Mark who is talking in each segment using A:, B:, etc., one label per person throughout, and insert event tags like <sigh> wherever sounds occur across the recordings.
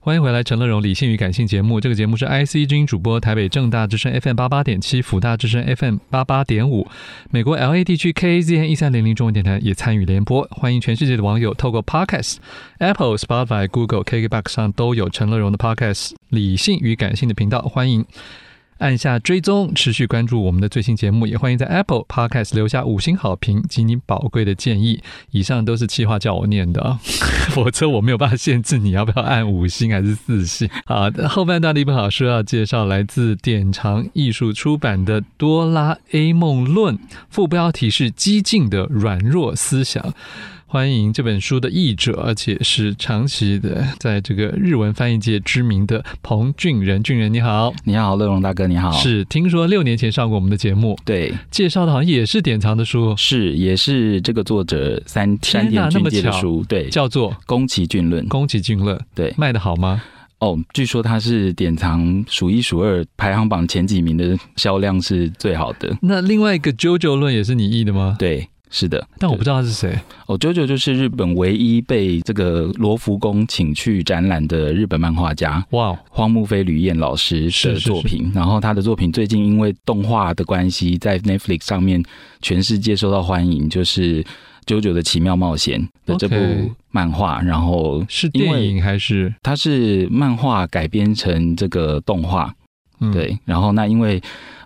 A: 欢迎回来，《陈乐荣理性与感性》节目。这个节目是 IC 之音主播，台北正大之声 FM 八八点七，辅大之声 FM 八八点五，美国 LA 地区 KAZN 一三零零中文电台也参与联播。欢迎全世界的网友透过 Podcast、Apple、Spotify、Google、KKBox 上都有陈乐荣的 Podcast《理性与感性》的频道，欢迎。按下追踪，持续关注我们的最新节目，也欢迎在 Apple Podcast 留下五星好评及你宝贵的建议。以上都是气话叫我念的啊， <laughs> 否则我没有办法限制你要不要按五星还是四星。 <laughs> 好，后半段的一本好书要介绍来自典藏艺术出版的《哆啦 A 梦论》，副标题是“激进的软弱思想”。欢迎这本书的译者，而且是长期的在这个日文翻译界知名的彭俊仁。俊仁你好，
B: 你好，乐荣大哥，你好。
A: 是听说六年前上过我们的节目，
B: 对，
A: 介绍的好像也是典藏的书，
B: 是也是这个作者三
A: 天
B: 山
A: 哪
B: 田
A: 那
B: 俊
A: 么
B: 介的
A: 巧
B: 书，对，
A: 叫做《
B: 宫崎骏论。
A: 宫崎骏论》，
B: 对，
A: 卖的好吗？
B: 哦，据说它是典藏数一数二，排行榜前几名的销量是最好的。
A: 那另外一个《JoJo 论》也是你译的吗？
B: 对，是的。
A: 但我不知道他是谁。
B: 哦，JoJo 就是日本唯一被这个罗浮宫请去展览的日本漫画家。
A: 哇哦，
B: 荒木飞吕彦老师
A: 是
B: 的
A: 是
B: 作品，然后他的作品最近因为动画的关系，在 Netflix 上面全世界受到欢迎，就是《九九的奇妙冒险》的这部
A: OK
B: 漫画，然后
A: 是
B: 因为
A: 电影还是？
B: 它是漫画改编成这个动画，
A: 嗯，
B: 对，然后那因为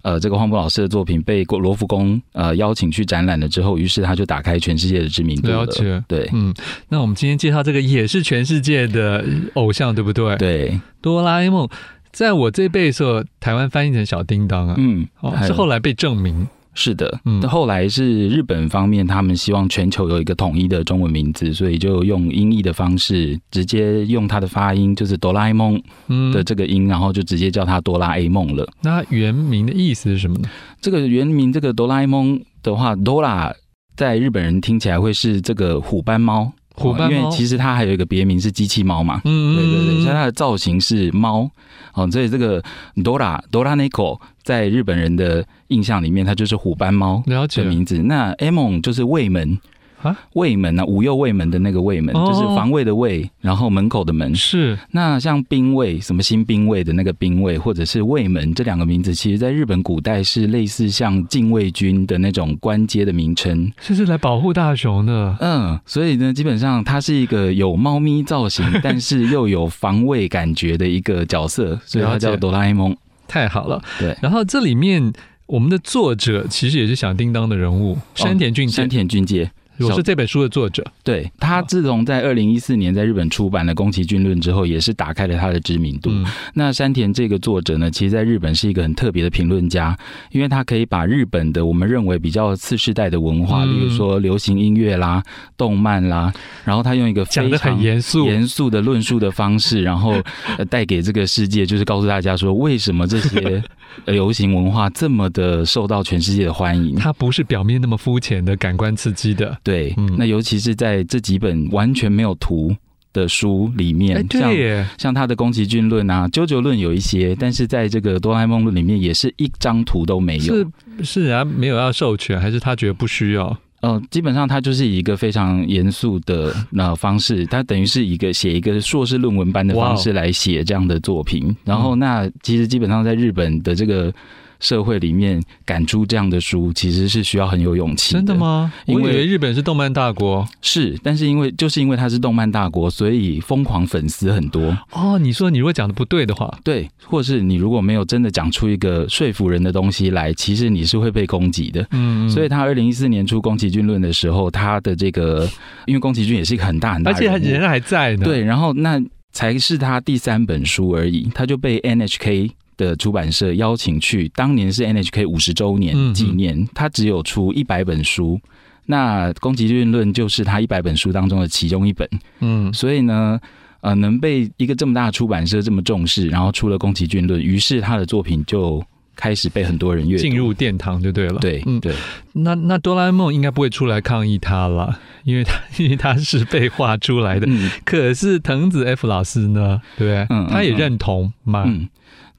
B: 呃这个荒木老师的作品被罗浮宫呃邀请去展览了之后，于是他就打开全世界的知名度
A: 了解
B: 对
A: 嗯，那我们今天介绍这个也是全世界的偶像，对不对？
B: 对，
A: 哆啦 A 梦，在我这辈的时候，台湾翻译成小叮当啊，
B: 嗯，
A: 哦，
B: 还
A: 是
B: 有
A: 后来被证明。
B: 是的，
A: 嗯
B: 嗯，后来是日本方面，他们希望全球有一个统一的中文名字，所以就用音译的方式，直接用它的发音，就是哆啦 A 梦
A: 嗯，
B: 的这个音，然后就直接叫它哆啦 A 梦了。
A: 那它原名的意思是什么呢？
B: 这个原名这个哆啦 A 梦的话，哆啦在日本人听起来会是这个虎斑猫，
A: 虎斑
B: 哦因
A: 猫
B: 为。其实它还有一个别名是机器猫嘛。
A: 嗯，嗯
B: 对对
A: 嗯
B: 对，所以它的造型是猫，哦，所以这个哆啦哆啦 Neko 在日本人的印象里面，它就是虎斑猫。
A: 了
B: 这
A: 解
B: 个名字。那 Amon 就是卫门
A: 啊，
B: 卫门啊，五右卫门的那个卫门，
A: 哦
B: 就是防卫的卫，然后门口的门。
A: 是
B: 那像兵卫，什么新兵卫的那个兵卫，或者是卫门这两个名字，其实在日本古代是类似像禁卫军的那种官阶的
A: <laughs>
B: 名称。
A: 这是来保护大熊的。
B: 嗯，所以呢，基本上它是一个有猫咪造型，但是又有防卫感觉的一个角色，所以它
A: 了
B: 叫
A: 解
B: 哆啦 A 梦。
A: 太好了。
B: 对
A: 然后这里面我们的作者其实也是响叮当的人物，山田俊介
B: 哦山。田俊介，
A: 我是这本书的作者，
B: 对他自从在二零一四年在日本出版了《宫崎骏论》之后，也是打开了他的知名度。
A: 嗯，
B: 那山田这个作者呢，其实在日本是一个很特别的评论家，因为他可以把日本的我们认为比较次世代的文化，
A: 嗯
B: 例如说流行音乐啦、动漫啦，然后他用一个
A: 讲
B: 非
A: 的很
B: 常。
A: 严肃，
B: 严肃的论述的方式，然后呃带给这个世界，就是告诉大家说，为什么
A: <laughs>
B: 这些呃流行文化这么的受到全世界的欢迎。
A: 它不是表面那么肤浅的感官刺激的。
B: 对，
A: 嗯
B: 那尤其是在这几本完全没有图的书里
A: 哎，
B: 面，像
A: 对耶，
B: 像他的《宫崎骏论》啊，《啾啾论》有一些，但是在这个《哆啦 A 梦论》里面也是一张图都没有。
A: 是是人家没有要授权，还是他觉得不需要？
B: 呃，基本上它就是以一个非常严肃的那、呃方式，它等于是一个写一个硕士论文般的
A: 哇哦嗯
B: 方式来写这样的作品。然后，那其实基本上在日本的这个社会里面，赶出这样的书其实是需要很有勇气。
A: 真的？吗？我
B: 因
A: 以
B: 为
A: 为日本是动漫大国
B: 是，但是因为就是因为它是动漫大国，所以疯狂粉丝很多。
A: 哦。你说你如果讲的不对的话，
B: 对，或是你如果没有真的讲出一个说服人的东西来，其实你是会被攻击的。
A: 嗯，
B: 所以他二零一四年出《宫崎骏论》的时候，他的这个，因为宫崎骏也是一个很大很大
A: 嗯而
B: 的
A: 且
B: 人物，
A: 还人还在呢。，
B: 对，然后那才是他第三本书而已，他就被 NHK 的出版社邀请去，当年是 NHK 五十周
A: 嗯
B: 年
A: 嗯
B: 纪念，他只有出一百本书。那《宫崎骏论》就是他一百本书当中的其中一本，
A: 嗯，
B: 所以呢，呃，能被一个这么大的出版社这么重视，然后出了《宫崎骏论》，于是他的作品就开始被很多人阅读。
A: 进入殿堂就对了。
B: 对，
A: 嗯，
B: 对，
A: 那那哆啦 A 梦应该不会出来抗议他了，因为他 <laughs> 因为他是被画出来的。
B: 嗯
A: 可是藤子 F 老师呢，对不对？
B: 嗯嗯
A: 他也认同嘛。
B: 嗯，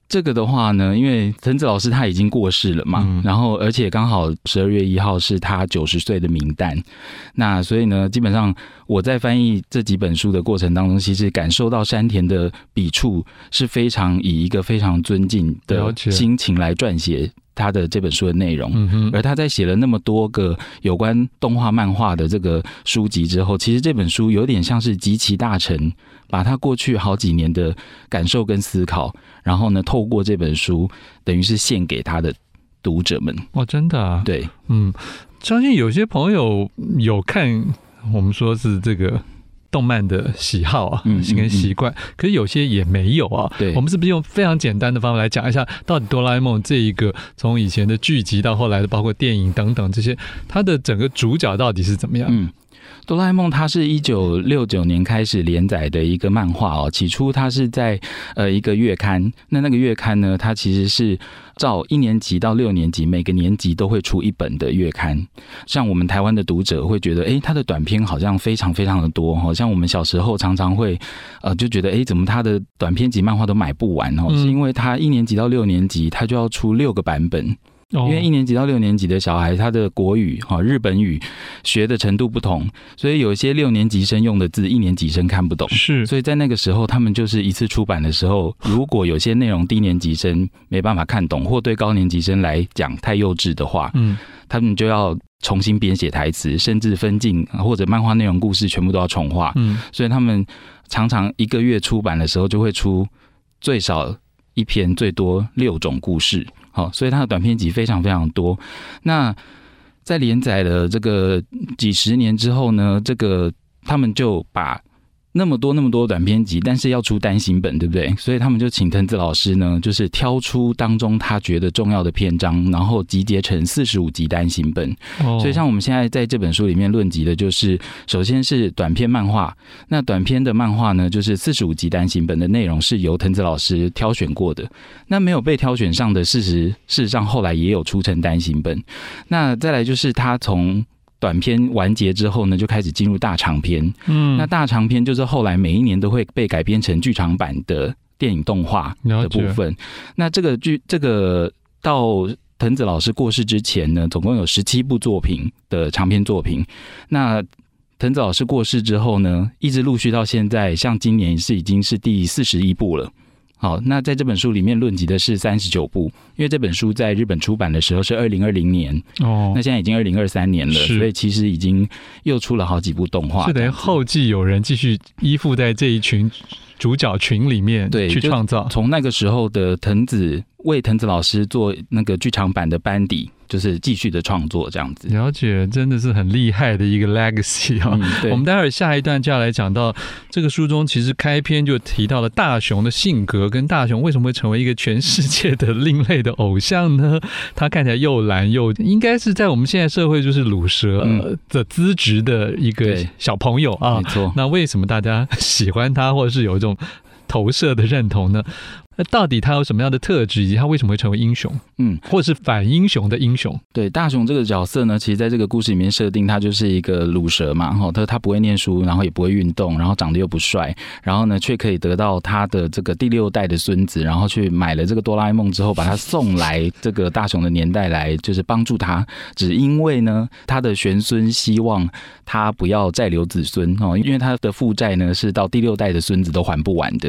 B: 这个的话呢，因为藤子老师他已经过世了嘛，
A: 嗯
B: 然后而且刚好十二月一号是他九十岁的名单，那所以呢，基本上我在翻译这几本书的过程当中，其实感受到山田的笔触是非常以一个非常尊敬
A: 了
B: 的
A: 解
B: 心情来撰写他的这本书的内容。
A: 嗯哼，
B: 而他在写了那么多个有关动画、漫画的这个书籍之后，其实这本书有点像是集齐大成，把他过去好几年的感受跟思考，然后呢，透过这本书，等于是献给他的读者们。
A: 哦，真的、啊，
B: 对，
A: 嗯，相信有些朋友有看，我们说是这个。动漫的喜好啊，
B: 嗯嗯
A: 跟习惯，可是有些也没有啊。
B: 对
A: 我们是不是用非常简单的方法来讲一下，到底哆啦 A 梦这一个从以前的剧集到后来的，包括电影等等这些，它的整个主角到底是怎么样？
B: 嗯。哆啦 A 梦，它是一九六九年开始连载的一个漫画哦。起初它是在呃一个月刊，那那个月刊呢，它其实是照一年级到六年级每个年级都会出一本的月刊。像我们台湾的读者会觉得，诶，它的短篇好像非常非常的多哦。像我们小时候常常会呃就觉得，诶，怎么它的短篇集漫画都买不完哦？
A: 嗯
B: 是因为它一年级到六年级，它就要出六个版本。
A: 哦
B: 因为一年级到六年级的小孩，他的国语、哈日本语学的程度不同，所以有一些六年级生用的字，一年级生看不懂。
A: 是
B: 所以在那个时候，他们就是一次出版的时候，如果有些内容低年级生没办法看懂，或对高年级生来讲太幼稚的话，
A: 嗯，
B: 他们就要重新编写台词，甚至分镜或者漫画内容故事全部都要重画。
A: 嗯，
B: 所以他们常常一个月出版的时候就会出最少一篇，最多六种故事。好，所以它的短篇集非常非常多。那在连载了这个几十年之后呢，这个他们就把那么多那么多短篇集，但是要出单行本，对不对？所以他们就请藤子老师呢，就是挑出当中他觉得重要的篇章，然后集结成四十五集单行本。
A: 哦
B: 所以像我们现在在这本书里面论及的，就是首先是短篇漫画。那短篇的漫画呢，就是四十五集单行本的内容是由藤子老师挑选过的。那没有被挑选上的，事实事实上后来也有出成单行本。那再来就是他从短篇完结之后呢，就开始进入大长篇。
A: 嗯，
B: 那大长篇就是后来每一年都会被改编成剧场版的电影动画
A: 了
B: 的
A: 解
B: 部分。那这个剧这个到藤子老师过世之前呢，总共有十七部作品的长篇作品。那藤子老师过世之后呢，一直陆续到现在，像今年是已经是第四十一部了。好，那在这本书里面论及的是三十九部，因为这本书在日本出版的时候是二零二零年，
A: 哦
B: 那，现在已经二零二三年了，
A: 是
B: 所以其实已经又出了好几部动画。
A: 是等于后继有人继续依附在这一群主角群里面，
B: 对
A: 去
B: 就
A: 创造，
B: 从那个时候的藤子为藤子老师做那个剧场版的班底，就是继续的创作这样子。
A: 了解，真的是很厉害的
B: <laughs>
A: 一个 legacy 啊。
B: 嗯，对
A: 我们待会儿下一段就要来讲到这个书中，其实开篇就提到了大雄的性格跟大雄为什么会成为一个全世界的另类的偶像呢？ <laughs> 他看起来又懒又，应该是在我们现在社会就是卤蛇呃
B: 嗯
A: 的资质的一个
B: 对嗯
A: 小朋友啊
B: 没。错。
A: 那为什么大家喜欢他，或者是有一种投射的认同呢？那到底他有什么样的特质，以及他为什么会成为英雄，
B: 嗯，
A: 或是反英雄的英雄？
B: 对，大雄这个角色呢，其实在这个故事里面设定，他就是一个卤蛇嘛，哈，他他不会念书，然后也不会运动，然后长得又不帅，然后呢，却可以得到他的这个第六代的孙子，然后去买了这个哆啦 A 梦之后，把他送来这个大雄的年代来，就是帮助他，只因为呢，他的玄孙希望他不要再留子孙哦，因为他的负债呢是到第六代的孙子都还不完的，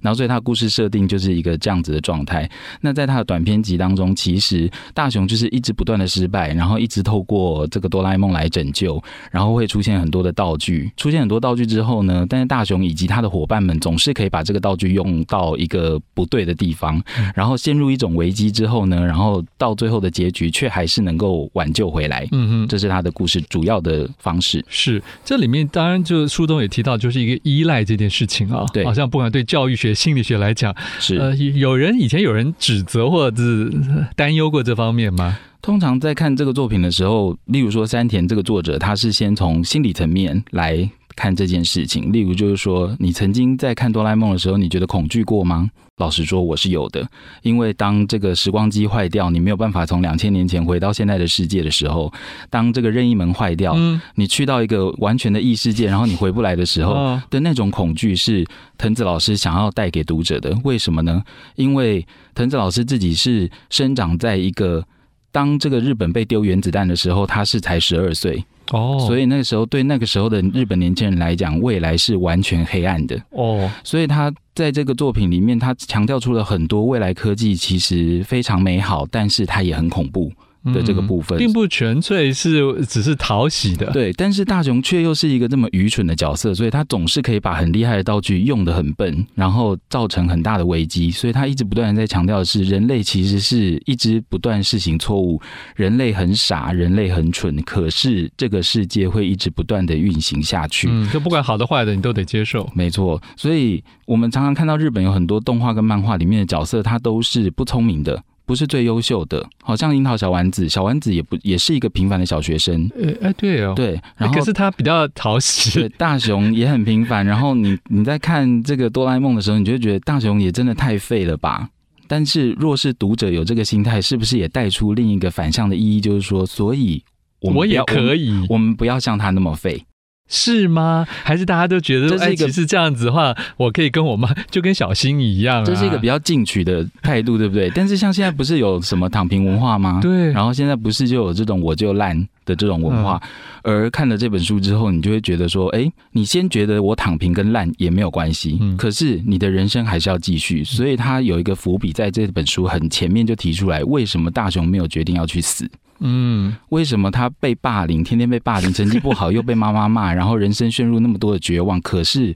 B: 然后所以他的故事设定就是一个这样子的状态。那在他的短篇集当中，其实大雄就是一直不断的失败，然后一直透过这个哆啦 A 梦来拯救，然后会出现很多的道具。出现很多道具之后呢，但是大雄以及他的伙伴们总是可以把这个道具用到一个不对的地方，然后陷入一种危机之后呢，然后到最后的结局却还是能够挽救回来。
A: 嗯哼。
B: 这是他的故事主要的方式。
A: 是，这里面当然就书中也提到，就是一个依赖这件事情啊，
B: 对
A: 好像不管对教育学、心理学来讲，
B: 是、
A: 呃，有人以前有人指责或者是担忧过这方面吗？
B: 通常在看这个作品的时候，例如说山田这个作者，他是先从心理层面来看这件事情。例如，就是说，你曾经在看哆啦 A 梦的时候，你觉得恐惧过吗？老实说，我是有的，因为当这个时光机坏掉，你没有办法从两千年前回到现在的世界的时候，当这个任意门坏掉，
A: 嗯，
B: 你去到一个完全的异世界，然后你回不来的时候，
A: 哦
B: 的那种恐惧是藤子老师想要带给读者的。为什么呢？因为藤子老师自己是生长在一个。当这个日本被丢原子弹的时候，他是才十二岁，
A: 哦，
B: 所
A: 以
B: 以那个时候对那个时候的日本年轻人来讲，未来是完全黑暗的。
A: 哦，
B: 所以他在这个作品里面，他强调出了很多未来科技其实非常美好，但是它也很恐怖的这个部分。
A: 嗯并不纯粹是只是讨喜的，
B: 对，但是大雄却又是一个这么愚蠢的角色，所以他总是可以把很厉害的道具用得很笨，然后造成很大的危机。所以他一直不断的在强调的是，人类其实是一直不断试行错误，人类很傻，人类很蠢，可是这个世界会一直不断的运行下去。
A: 嗯，就不管好的坏的，你都得接受。
B: 没错，所以我们常常看到日本有很多动画跟漫画里面的角色，他都是不聪明的，不是最优秀的。好像樱桃小丸子，小丸子也不也是一个平凡的小学生，
A: 呃，哎，对哦，
B: 对。
A: 哎，
B: 然后
A: 可是他比较讨喜 <laughs>
B: 对，大雄也很平凡。然后你你在看这个哆啦 A 梦的时候，你就会觉得大雄也真的太废了吧。但是若是读者有这个心态，是不是也带出另一个反向的意义？就是说，所以我们
A: 我也可
B: 以，
A: 以，
B: 我们不要像他那么废。
A: 是吗？还是大家都觉
B: 这
A: 得，
B: 是
A: 哎，
B: 一个
A: 其实这样子的话，我可以跟我妈就跟小新一样、啊，
B: 这是一个比较进取的态度，对不对？但是像现在不是有什么躺平文化吗？
A: 对，
B: 然后现在不是就有这种我就烂的这种文化，
A: 嗯
B: 而看了这本书之后，你就会觉得说，哎，你先觉得我躺平跟烂也没有关系，
A: 嗯
B: 可是你的人生还是要继续，所以他有一个伏笔在这本书很前面就提出来，为什么大雄没有决定要去死？
A: 嗯，
B: 为什么他被霸凌，天天被霸凌，成绩不好又被妈妈骂，然后人生陷入那么多的绝望，可是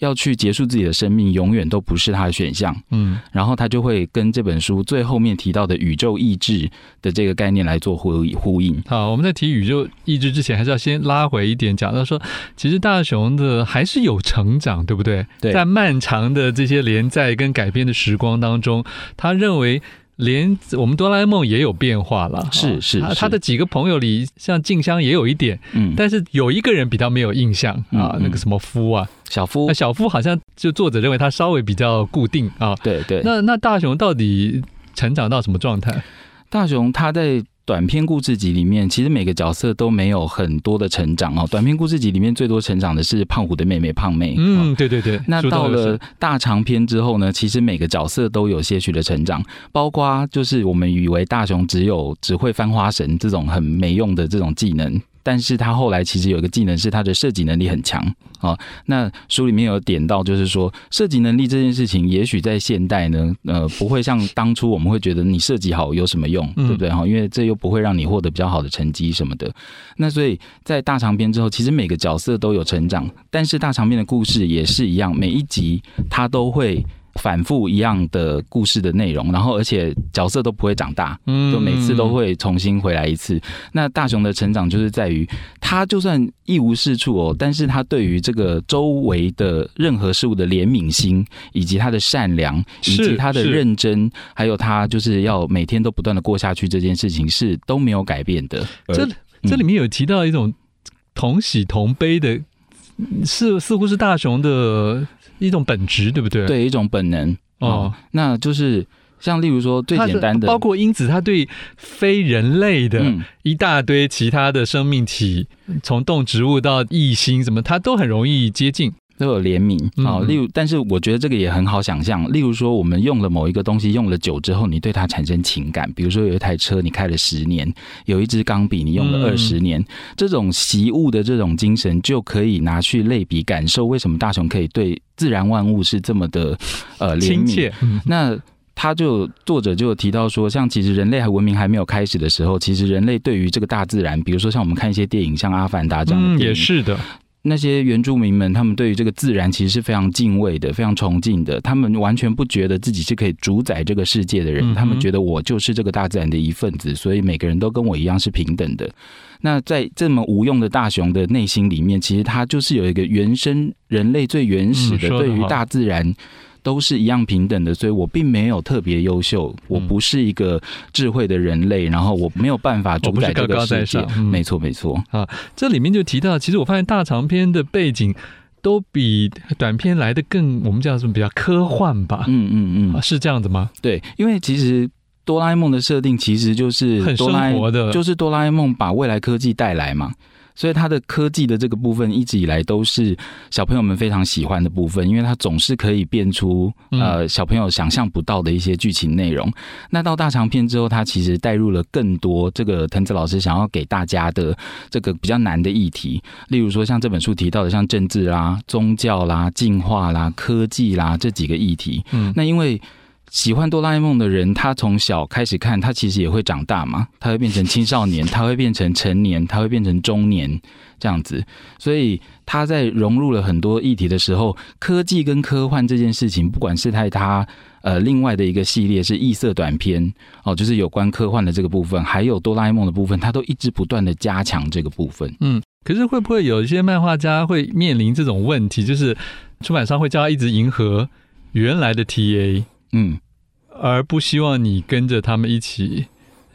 B: 要去结束自己的生命，永远都不是他的选项。
A: 嗯
B: 然后他就会跟这本书最后面提到的宇宙意志的这个概念来做呼呼应。
A: 好，我们在提宇宙意志之前，还是要先拉回一点，讲到说，其实大雄的还是有成长，对不对？
B: 对
A: 在漫长的这些连载跟改编的时光当中，他认为。连我们哆啦 A 梦也有变化了，啊
B: 是是
A: 他
B: 是
A: 他的几个朋友里，像静香也有一点，
B: 嗯，
A: 但是有一个人比较没有印象啊
B: 嗯，嗯哦
A: 那个什么夫啊，
B: 小夫
A: 那，小夫好像就作者认为他稍微比较固定啊。
B: 对对，
A: 那那大雄到底成长到什么状态？
B: 大雄他在。短篇故事集里面，其实每个角色都没有很多的成长哦。短篇故事集里面最多成长的是胖虎的妹妹胖妹。哦，
A: 嗯，对对对。
B: 那
A: 书中
B: 到
A: 有写
B: 了大长篇之后呢，其实每个角色都有些许的成长，包括就是我们以为大雄只有只会翻花绳这种很没用的这种技能，但是他后来其实有一个技能是他的射击能力很强啊、哦。那书里面有点到，就是说射击能力这件事情，也许在现代呢，呃，不会像当初我们会觉得你射击好有什么用，
A: 嗯
B: 对不对哦哈？因为这又不会让你获得比较好的成绩什么的。那所以在大长篇之后，其实每个角色都有成长，但是大长篇的故事也是一样，每一集它都会反复一样的故事的内容，然后而且角色都不会长大，
A: 嗯
B: 就每次都会重新回来一次。那大雄的成长就是在于，他就算一无是处哦，但是他对于这个周围的任何事物的怜悯心，以及他的善良，以
A: 是
B: 及他的
A: 是
B: 认真，还有他就是要每天都不断的过下去这件事情是都没有改变的。
A: 这
B: 而
A: 这里面有提到一种同喜同悲的，是似乎是大雄的一种本质，对不对？
B: 对一种本能
A: 哦，，
B: 那就是像例如说最
A: 他
B: 简单的，
A: 包括因此他对非人类的
B: 嗯，
A: 一大堆其他的生命体，从动植物到异星什么，他都很容易接近。
B: 都有怜悯
A: 嗯
B: 啊、哦
A: 嗯
B: 例如，但是我觉得这个也很好想象。例如说，我们用了某一个东西，用了久之后，你对它产生情感。比如说，有一台车你开了十年，有一支钢笔你用了
A: 嗯
B: 二十年，这种习物的这种精神，就可以拿去类比感受，为什么大雄可以对自然万物是这么的呃怜
A: 亲
B: 悯
A: 切，嗯
B: 那他就作者就有提到说，像其实人类还文明还没有开始的时候，其实人类对于这个大自然，比如说像我们看一些电影，像《阿凡达》这样的
A: 嗯，
B: 电影，
A: 也是的，
B: 那些原住民们，他们对于这个自然其实是非常敬畏的，非常崇敬的。他们完全不觉得自己是可以主宰这个世界的人，
A: 嗯哼
B: 他们觉得我就是这个大自然的一份子，所以每个人都跟我一样是平等的。那在这么无用的大熊的内心里面，其实他就是有一个原生人类最原始
A: 嗯
B: 的
A: 说得
B: 对于
A: 好
B: 大自然。都是一样平等的，所以我并没有特别优秀，我
A: 嗯
B: 不是一个智慧的人类，然后我没有办法主宰这
A: 我
B: 个
A: 不是高高在
B: 世界
A: 上。嗯
B: 没错，没错，
A: 这里面就提到，其实我发现大长篇的背景都比短篇来的更，我们叫什么比较科幻吧？
B: 嗯
A: <laughs>
B: 嗯
A: 啊
B: 嗯，
A: 是这样子吗？
B: 对，因为其实。哆啦 A 梦的设定其实就是
A: 很
B: 哆啦
A: 生
B: A
A: 活的，
B: 就是哆啦 A 梦把未来科技带来嘛，所以它的科技的这个部分一直以来都是小朋友们非常喜欢的部分，因为它总是可以变出
A: 嗯
B: 呃小朋友想象不到的一些剧情内容。那到大长篇之后，它其实带入了更多这个藤子老师想要给大家的这个比较难的议题，例如说像这本书提到的，像政治啦、宗教啦、进化啦、科技啦这几个议题。
A: 嗯，
B: 那因为喜欢哆啦 A 梦的人，他从小开始看，他其实也会长大嘛，他会变成青少年，他会变成成年，他会变成中年这样子。所以他在融入了很多议题的时候，科技跟科幻这件事情，不管是在他呃另外的一个系列是异色短片哦，就是有关科幻的这个部分，还有哆啦 A 梦的部分，他都一直不断的加强这个部分。
A: 可是会不会有一些漫画家会面临这种问题，就是出版商会叫他一直迎合原来的 TA，
B: 嗯。
A: 而不希望你跟着他们一起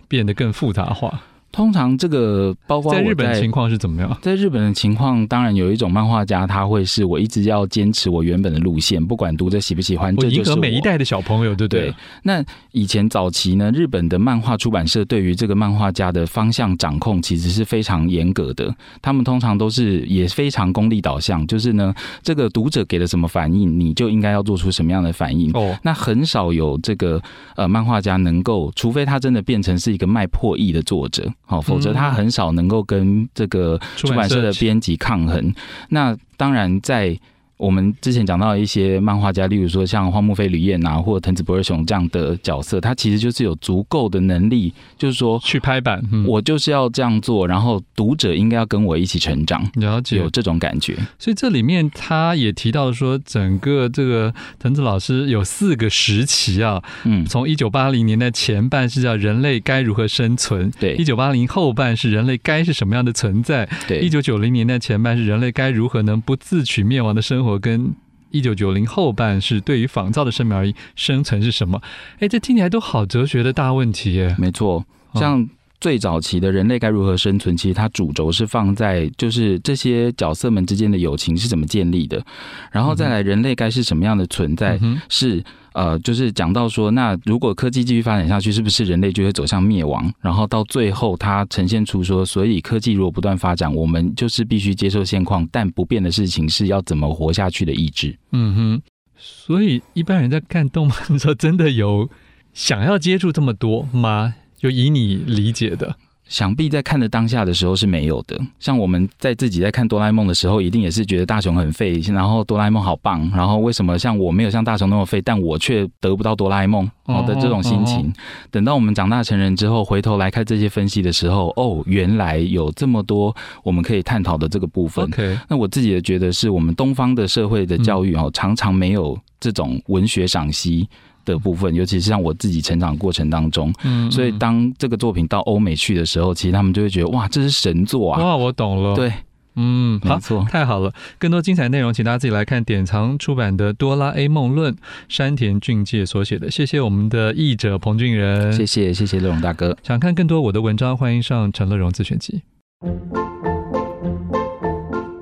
A: 变得更复杂化？
B: 通常这个包括我
A: 在
B: 在
A: 日本的情况是怎么样？
B: 在日本的情况，当然有一种漫画家，他会是我一直要坚持我原本的路线，不管读者喜不喜欢，
A: 我
B: 这就
A: 迎
B: 是
A: 合每一
B: 我。
A: 代的小朋友，对不对
B: 对？，那以前早期呢，日本的漫画出版社对于这个漫画家的方向掌控其实是非常严格的，他们通常都是也非常功利导向，就是呢，这个读者给了什么反应，你就应该要做出什么样的反应。
A: 哦，
B: 那很少有这个呃漫画家能够，除非他真的变成是一个卖破亿的作者，好、否则
A: 嗯
B: 他很少能够跟这个出版社的编辑抗衡。那当然，在我们之前讲到一些漫画家，例如说像荒木飞吕彦啊，或者藤子不二雄这样的角色，他其实就是有足够的能力，就是说
A: 去拍板，嗯，
B: 我就是要这样做，然后读者应该要跟我一起成长，
A: 了解
B: 有。这种感觉。
A: 所以这里面他也提到说，整个这个藤子老师有四个时期啊，
B: 嗯，
A: 从一九八零年代前半是叫人类该如何生存，一
B: 对
A: 九八零后半是人类该是什么样的存在，一
B: 对，
A: 九九零年代前半是人类该如何能不自取灭亡的生活，跟一九九零后半是对于仿造的生命而言，生存是什么？哎，这听起来都好哲学的大问题耶。
B: 没错。
A: 哦
B: 像最早期的人类该如何生存，其实它主轴是放在就是这些角色们之间的友情是怎么建立的，然后再来人类该是什么样的存在
A: 嗯，哼
B: 是呃，就是讲到说，那如果科技继续发展下去，是不是人类就会走向灭亡？然后到最后，它呈现出说，所以科技如果不断发展，我们就是必须接受现况，但不变的事情是要怎么活下去的意志。
A: 嗯哼，所以一般人在看动漫的时候，真的有想要接触这么多吗？就以你理解的，
B: 想必在看的当下的时候是没有的。像我们在自己在看哆啦 A 梦的时候，一定也是觉得大雄很废，然后哆啦 A 梦好棒，然后为什么像我没有像大雄那么废，但我却得不到哆啦 A 梦好的这种心情。
A: 哦
B: 等到我们长大成人之后，回头来看这些分析的时候，哦，原来有这么多我们可以探讨的这个部分。
A: OK，
B: 那我自己也觉得是我们东方的社会的教
A: 嗯
B: 育哦，常常没有这种文学赏析的部分，尤其是像我自己成长过程当中。
A: 嗯，
B: 所以
A: 嗯
B: 当这个作品到欧美去的时候，其实他们就会觉得哇，这是神作啊！
A: 哇，我懂了，，
B: 对，
A: 嗯，哦好
B: 没，错，
A: 太好了！更多精彩内容，请大家自己来看典藏出版的《哆啦 A 梦论》，山田俊介所写的。谢谢我们的译者彭俊仁。
B: 谢谢谢谢乐荣大哥。
A: 想看更多我的文章，欢迎上陈乐荣自选集。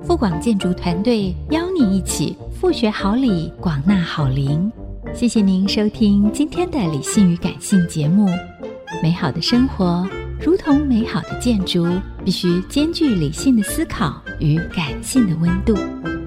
C: 富广建筑团队邀您一起复学好礼，广纳好邻。谢谢您收听今天的理性与感性节目。美好的生活如同美好的建筑，必须兼具理性的思考与感性的温度。